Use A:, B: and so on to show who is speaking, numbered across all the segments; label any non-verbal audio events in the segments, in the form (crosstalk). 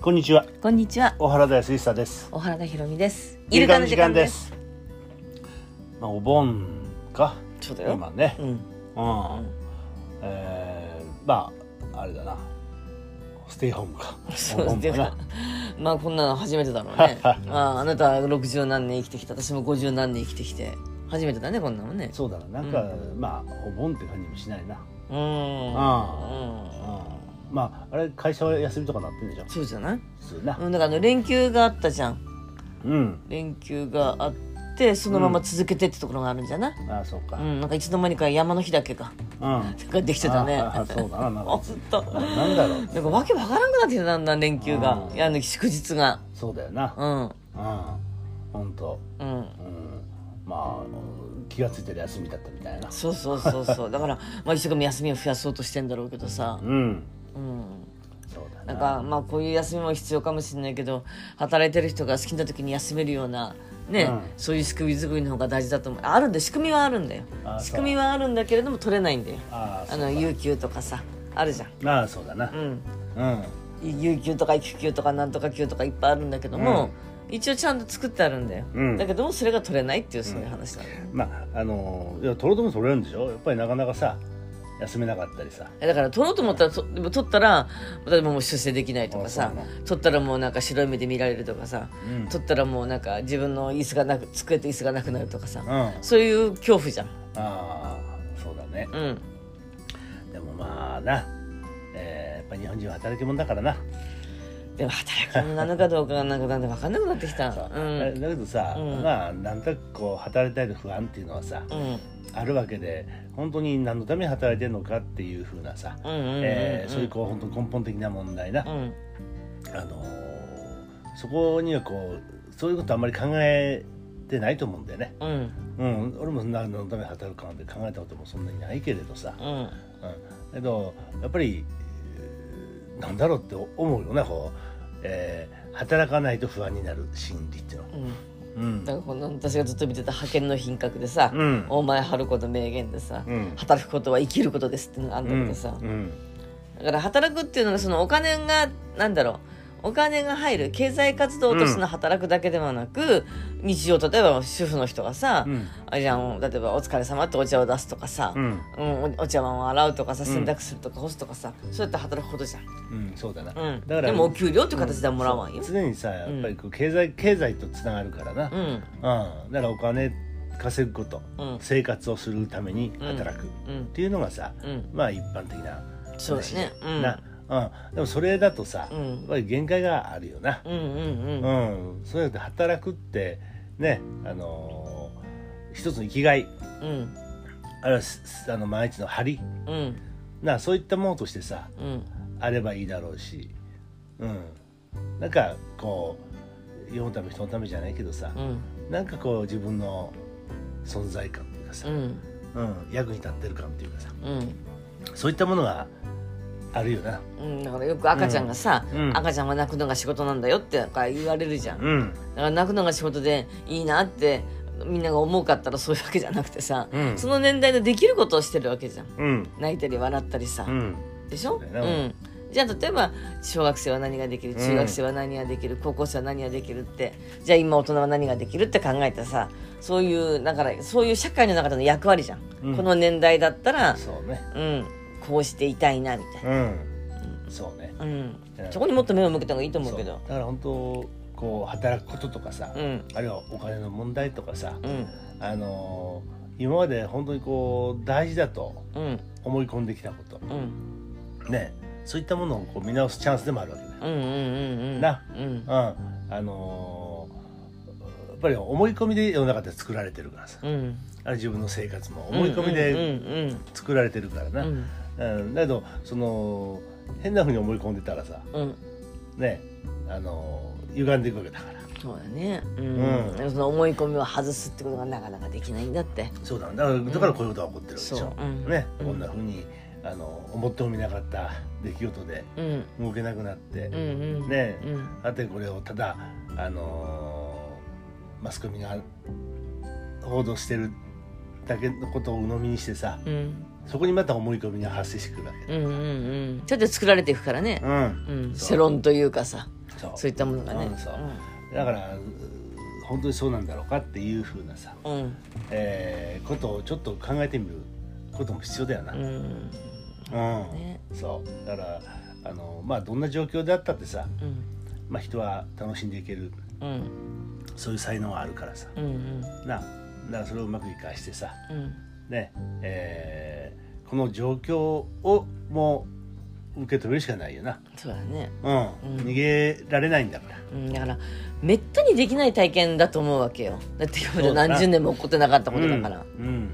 A: こんにちは
B: こんにちは
A: 小原田康久です
B: 小原田ひろみですイルカの時間で
A: イ
B: す
A: ルカの時間ですまあお盆か
B: そうだよ
A: 今ね
B: うん
A: うん、えー、まああれだなステイホームか
B: そう
A: で
B: ですす
A: ね
B: ねまあこんなの初めてだろう (laughs) ねあああなた60何年生きてきた私も50何年生きてきて初めてだねこんなのね
A: そうだななんか、まあお盆って感じもしないな、
B: うーん
A: あ
B: うん
A: うん、まああれ会社は休みとかなってんでしょ
B: そうじゃない
A: 普通な
B: うんだからあの連休があったじゃん
A: うん、
B: 連休があってそのまま続けてってところがあるんじゃない、うん
A: ああそうか
B: なんかいつの間にか山の日だけか
A: うん
B: ができてたね
A: ああそうだな
B: (laughs)
A: なんか
B: ずっと
A: あなんだろう
B: (laughs) なんかわけわからんくなってきただんだん連休が
A: うん
B: いやあの祝日が
A: そうだよな
B: うん
A: うん本当
B: うん
A: うんまあ気がついたら休みだったみたいな
B: そうそうそうそうだから、まあ、一生懸命休みを増やそうとしてんだろうけどさ
A: うん
B: うん
A: そうだな
B: なんかまあこういう休みも必要かもしれないけど働いてる人が好きな時に休めるようなね、
A: うん
B: そういう仕組み作りの方が大事だと思うあるんで仕組みはあるんだよ
A: あ
B: 仕組みはあるんだけれども取れないんだよ
A: ああ
B: あ
A: そう
B: の有給とかさあるじゃん
A: ああそうだな
B: うん
A: うん
B: 有給とか育休とかなんとか休とかいっぱいあるんだけども、一応ちゃんと作ってあるんだよ、
A: うん
B: だけどもそれが取れないっていうそういう話なんだよ、
A: まああのいや取ろうとも取れるんでしょやっぱりなかなかさ休めなかったりさ
B: えだから取ろうと思ったらとでも取ったら例えばもう出世できないとか
A: あ
B: さ
A: そうなの
B: 取ったらもうなんか白い目で見られるとかさ、
A: うん
B: 取ったらもうなんか自分の椅子がなく机と椅子がなくなるとかさ、
A: うんあ
B: そういう恐怖じゃん
A: あそうだね
B: うん
A: でもまあなえーやっぱ日本人は働き者だからな
B: でも働き者なのかどうかがなんかなんか分かんなくなってき (laughs) た
A: さ
B: う
A: だ
B: ん
A: だけどさ、
B: うん
A: まあなんとなくこう働いたい不安っていうのはさ
B: うん
A: あるわけで本当に何のために働いてるのかっていうふうなさ、
B: うんうんうん
A: えー
B: うん
A: そういうこう本当根本的な問題な、
B: うん
A: あのーそこにはこうそういうことあんまり考えてないと思うんだよね、
B: うん
A: うん、俺も何のために働くかなんて考えたこともそんなにないけれどさ、
B: うん
A: うん、けどやっぱり、えーなんだろうって思うよねこう、えー働かないと不安になる心理っていうの。
B: うん
A: うん
B: なんかこの私がずっと見てた派遣の品格でさ、
A: うん
B: 大前春子の名言でさ、
A: うん
B: 働くことは生きることですってのがあるんだけどさ、
A: うん
B: だから働くっていうのがそのお金がなんだろうお金が入る経済活動としての働くだけではなく、日常例えば主婦の人がさ、
A: うん
B: あれじゃん例えば「お疲れ様ってお茶を出すとかさ、
A: う
B: うん
A: ん
B: おお茶碗を洗うとかさ
A: うん
B: 洗濯するとか干すとかさ、そうやって働くことじゃん、
A: うん、そうだな、
B: うん、
A: だから
B: でもお給料っていう形ではもらわんよ、
A: 常にさやっぱりこう経済、経済とつながるからな、
B: うんう
A: う
B: ん
A: ん、だからお金稼ぐこと、
B: うん
A: 生活をするために働くっ
B: うん
A: ていうのがさ、
B: うん
A: まあ一般的な
B: そうだねうん
A: な、うん、でもそれだとさ、
B: うん
A: やっぱり限界があるよな、
B: うんうん
A: う
B: うん
A: んそうやって働くってねあのー一つの生きがい
B: うん
A: あるいはすあの毎日の張り
B: うん
A: なそういったものとしてさ
B: うん
A: あればいいだろうし、うん、なんかこう世のため人のためじゃないけどさ、
B: うん
A: なんかこう自分の存在感というかさ、
B: うん
A: うん、役に立ってる感というかさ
B: うん
A: そういったものがあるよな
B: うん、だからよく赤ちゃんがさ、
A: うんうん
B: 赤ちゃんは泣くのが仕事なんだよってなんか言われるじゃん、だ
A: うん
B: から泣くのが仕事でいいなってみんなが思うかったらそういうわけじゃなくてさ、
A: うん
B: その年代のできることをしてるわけじゃん
A: うん
B: 泣いたり笑ったりさ、
A: うん
B: でしょ、、
A: そううだよなん
B: じゃあ例えば小学生は何ができる
A: うん
B: 中学生は何ができる、高校生は何ができるってじゃあ今大人は何ができるって考えてさそういうだからそういう社会の中での役割じゃん、
A: うん
B: この年代だったら、
A: そうね
B: うん、こうしていたいなみたいな。
A: うんそうね
B: うん
A: うん、
B: そこにもっと目を向けた方がいいと思うけ
A: そ
B: ど
A: だから本当こう働くこととかさ、
B: うん
A: あるいはお金の問題とかさ、
B: うん
A: あのー今まで本当にこう大事だと
B: うん
A: 思い込んできたこと
B: うん
A: ねそういったものをこう見直すチャンスでもあるわけだよ、
B: うんうんうんうん
A: な
B: うん
A: うん、あのーやっぱり思い込みで世の中で作られてるからさ
B: うん
A: あれ自分の生活も思い込みで
B: うん
A: 作られてるから
B: う
A: な、
B: ん
A: うん、だけどその変なふうに思い込んでたらさ
B: うんうん
A: ねあの歪んでいくわけだから
B: そうだねう
A: うん
B: ん、その思い込みを外すってことがなかなかできないんだって
A: そうだ,、ね、だからだからこういうことが起こってるわけでしょ、
B: そううん
A: ね
B: うん
A: こんなふうにあの思ってもみなかった出来事で
B: うん
A: 動けなくなって、
B: うんうん
A: ね
B: うん
A: あてこれをただあのーマスコミが報道してるだけのことを鵜呑みにしてさ
B: うん
A: そこにまた思い込みが発生してくるわけ
B: うんうんうんそうやって作られていくからね
A: うん、
B: うん
A: そう
B: 世論というかさ
A: そう
B: そういったものがね
A: うんそうだからうー本当にそうなんだろうかっていうふうなさ、
B: うんうん
A: えーことをちょっと考えてみることも必要だよな。
B: う
A: うん
B: んね
A: そうだからあのまあどんな状況であったってさ、
B: うん
A: まあ、人は楽しんでいける
B: うん
A: そういう才能はあるからさ
B: うんうん
A: なだからそれをうまく生かしてさ
B: うん
A: ねえーこの状況をもう受け止めるしかないよな、
B: そうだね
A: うん
B: うん
A: 逃げられないんだから
B: うんだからめったにできない体験だと思うわけよだって今ま
A: そ
B: で
A: うだな
B: 何十年も起こってなかったことだから、
A: うん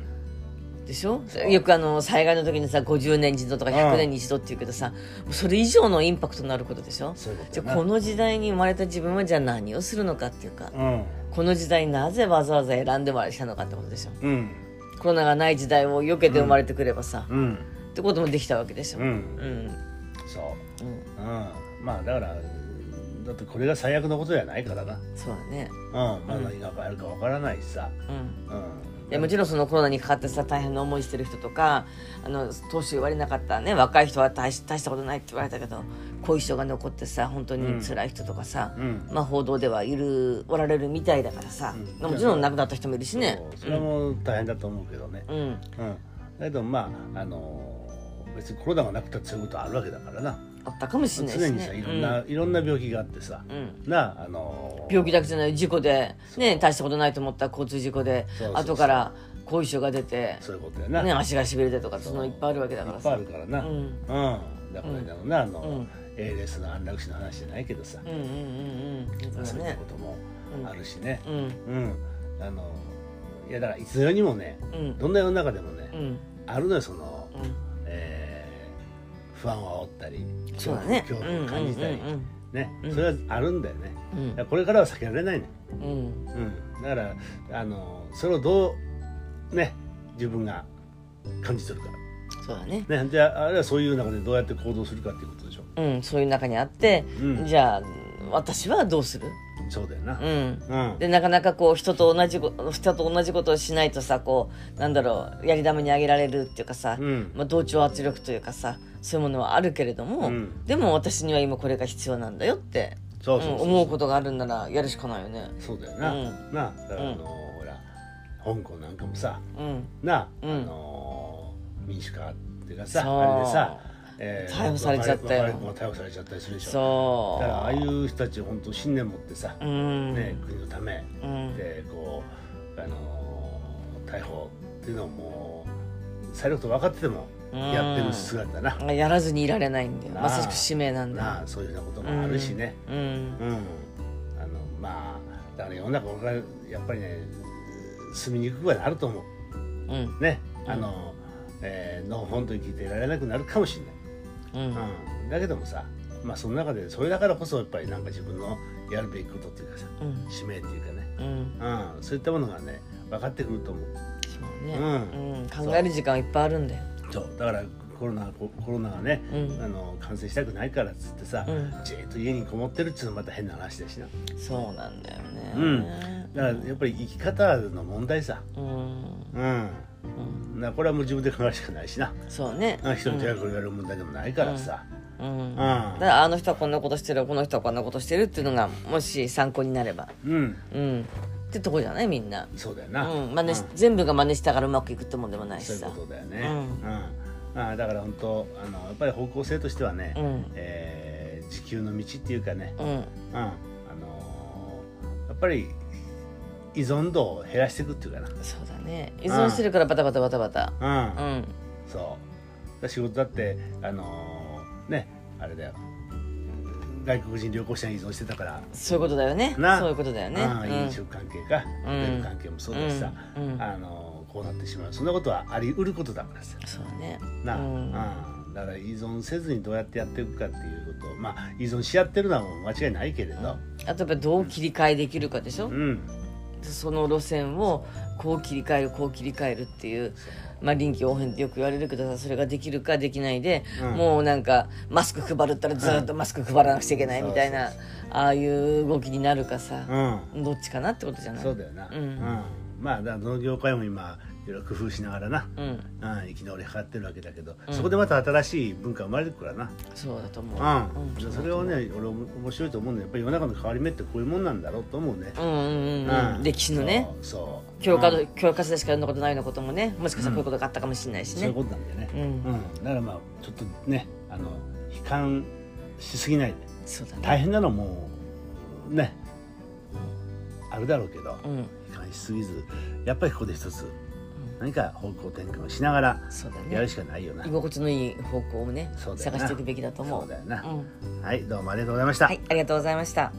B: でしょ
A: そう
B: よくあの災害の時にさ50年に一度とか100年に一度っていうけどさ、もうそれ以上のインパクトのあることでしょ
A: そういうことだ
B: じゃ
A: な
B: あこの時代に生まれた自分はじゃあ何をするのかっていうか、
A: うん
B: この時代になぜわざわざ選んでもらえたのかってことでしょ
A: うん
B: コロナがない時代を避けて生まれてくればさ、
A: うん
B: ってこともできたわけでしょ
A: う
B: うんん
A: そ
B: うん
A: う、うん、まあだからだってこれが最悪のことじゃないからな、
B: そうだね
A: うん、まあ
B: うん
A: 何があるかわからないしさ、
B: うん
A: うん、
B: いやもちろんそのコロナにかかってさ大変な思いしてる人とかあの当初言われなかったね若い人は大し大したことないって言われたけど後遺症が残ってさ本当に辛い人とかさ、
A: うん
B: まあ報道ではいるおられるみたいだからさ、
A: うん
B: もちろん亡くなった人もいるしね
A: そうそれはもう大変だと思うけどね、
B: うん、うん
A: うん、だけどまああのー別にコロナがなくたってそういうことあるわけだからな
B: あったかもしれないし、ね、
A: 常にさいろんな、いろんな病気があってさ
B: うん、うん
A: なあのー
B: 病気だけじゃない事故で、
A: そう
B: ね、大したことないと思った交通事故で
A: そうそうそう
B: 後から後遺症が出て、
A: そういうことやな、
B: ね、
A: いっ
B: 足がしびれてとかその
A: そう
B: いっぱいあるわけだから
A: ぱいあ
B: さ。
A: るから
B: う
A: な、
B: ん
A: う
B: うんん
A: だからだろうなあの、
B: うん
A: ALS の安楽死の話じゃないけどさ、
B: うんうんうんうん
A: そう
B: そう
A: い
B: だ
A: う
B: ね
A: こともあるしね
B: うん
A: うん、あのーいやだからいつの世にもね
B: うん
A: どんな世の中でもね、
B: うん
A: あるのよその、
B: うん
A: えー不安を煽ったり
B: そうだね
A: 恐怖を感じたり、
B: うん
A: ね
B: うん
A: それはあるんだよね、
B: うん
A: だからこれからは避けられないね、
B: うんうん
A: うん、だからあのそれをどうね自分が感じ取るか
B: そうだね
A: ねじゃああるいはそういう中でどうやって行動するかっていうことでしょ
B: うんそういう中にあって
A: うん
B: じゃあ私はどうする
A: そうだよな
B: うん
A: うん
B: でなかなかこう人と同じこと人と同じことをしないとさこうなんだろうやり玉にあげられるっていうかさ、
A: うん
B: まあ、同調圧力というかさそういうものはあるけれども、
A: うん
B: でも私には今これが必要なんだよって
A: そうそうそう
B: うん思うことがあるんならやるしかないよね。
A: そうだよな、
B: うん
A: なだからあの、
B: うん
A: ほら香港なんかもさ
B: うん、
A: な、
B: うん
A: あの民主化っていうかさ
B: そう
A: あれでさ、え
B: 逮捕されちゃったよ
A: 若い子が逮捕されちゃったりするでしょ
B: そ
A: だ
B: う
A: からああいう人たち本当信念持ってさ、
B: うん、
A: ね、国のため
B: うん、
A: でこう、あのー逮捕っていうのをもうされること分かっててもやってる姿な,、
B: やらずにいられないんだよ
A: なあ
B: まさしく使命なんだよ
A: なあそういうようなこともあるしね、
B: う
A: う
B: ん、
A: んあのまあだから世の中俺はやっぱりね住みにくくはなると思う
B: うんうん
A: ねあの、えーの本当に聞いていられなくなるかもしれない。
B: うん
A: うん、だけどもさまあその中でそれだからこそやっぱりなんか自分のやるべきことっていうかさ
B: うん
A: 使命っていうかね、
B: うん
A: うん、そういったものがね分かってくると思う
B: そうね、
A: うん
B: うん考える時間いっぱいあるんだよ、
A: そうだからコロナココロナがね、
B: うん
A: あの感染したくないからっつってさ、
B: うん
A: じーっと家にこもってるっつうのはまた変な話だしな
B: そうなんだよね、
A: うんだからやっぱり生き方の問題さ
B: うん
A: うん
B: うん
A: なこれはもう自分で考えるしかないしな
B: そうね
A: あ人に手がこれやる問題でもないからさ、
B: うんうん
A: う
B: だか
A: んうん
B: らあの人はこんなことしてるこの人はこんなことしてるっていうのがもし参考になればうんってとこじゃないみんな、
A: そうだよ
B: う
A: な、
B: ん真似し全部が真似したからうまくいくってもんでもないし
A: そういう
B: さ
A: ことだよね。
B: う
A: うんん。まあだから本当あのやっぱり方向性としてはね、
B: うん
A: えー地球の道っていうかね、
B: うん
A: うん、あのーやっぱり依存度を減らしていくっていうか
B: そうだね依存してるからバタバタバタバタ
A: な。うん。
B: うん
A: そう。仕事だってあのーねあれだよ。外国人旅行者に依存してたから。
B: そういうことだよね
A: な
B: そういうことだよね
A: うん
B: うん
A: 飲食関係か、
B: うん
A: ホテル関係もそうだしさ、
B: うんうん
A: あのーこうなってしまうそんなことはあり得ることだからさ
B: そうだね
A: な、
B: う
A: うんんだから依存せずにどうやってやっていくかっていうことまあ依存し合ってるのはもう間違いないけれど、
B: あとやっぱりどう切り替えできるかでしょ、
A: うん
B: その路線をこう切り替えるこう切り替えるっていうまあ臨機応変ってよく言われるけどさそれができるかできないで、
A: うん
B: もうなんかマスク配るったらずっとマスク配らなくちゃいけないみたいな、
A: そう
B: ああいう動きになるかさ
A: う、ん
B: どっちかなってことじゃない
A: そうだよな、
B: うん
A: まあだからどの業界も今いろいろ工夫しながらな、
B: うん
A: うん、生き残りかかってるわけだけど、
B: うん
A: そこでまた新しい文化生まれてくからな、
B: そうだと思う
A: うん
B: うん
A: それをね俺面白いと思うのやっぱり世の中の変わり目ってこういうもんなんだろうと思うね、
B: うんうんうん、
A: う
B: うん
A: ん、
B: 歴史のね
A: そうそう
B: 教科
A: うん
B: の教科書でしか読んだことないようなこともねもしかしたらこういうことがあったかもしれない
A: そ
B: し
A: ういう
B: ね
A: ことなんだよね、
B: うん、
A: うん、だからまあちょっとねあの悲観しすぎないで
B: そうだ
A: 大
B: ね
A: 変なのはもうねあるだろうけど
B: うん
A: 悲観しすぎずやっぱりここで一つ何か方向転換をしながら
B: そうだ
A: やる
B: ね
A: しかないよな、
B: 居心地のいい方向をね
A: そうだよな
B: 探していくべきだと思
A: そううだよな、
B: うん、
A: はいどうもありがとうございました、
B: はいありがとうございました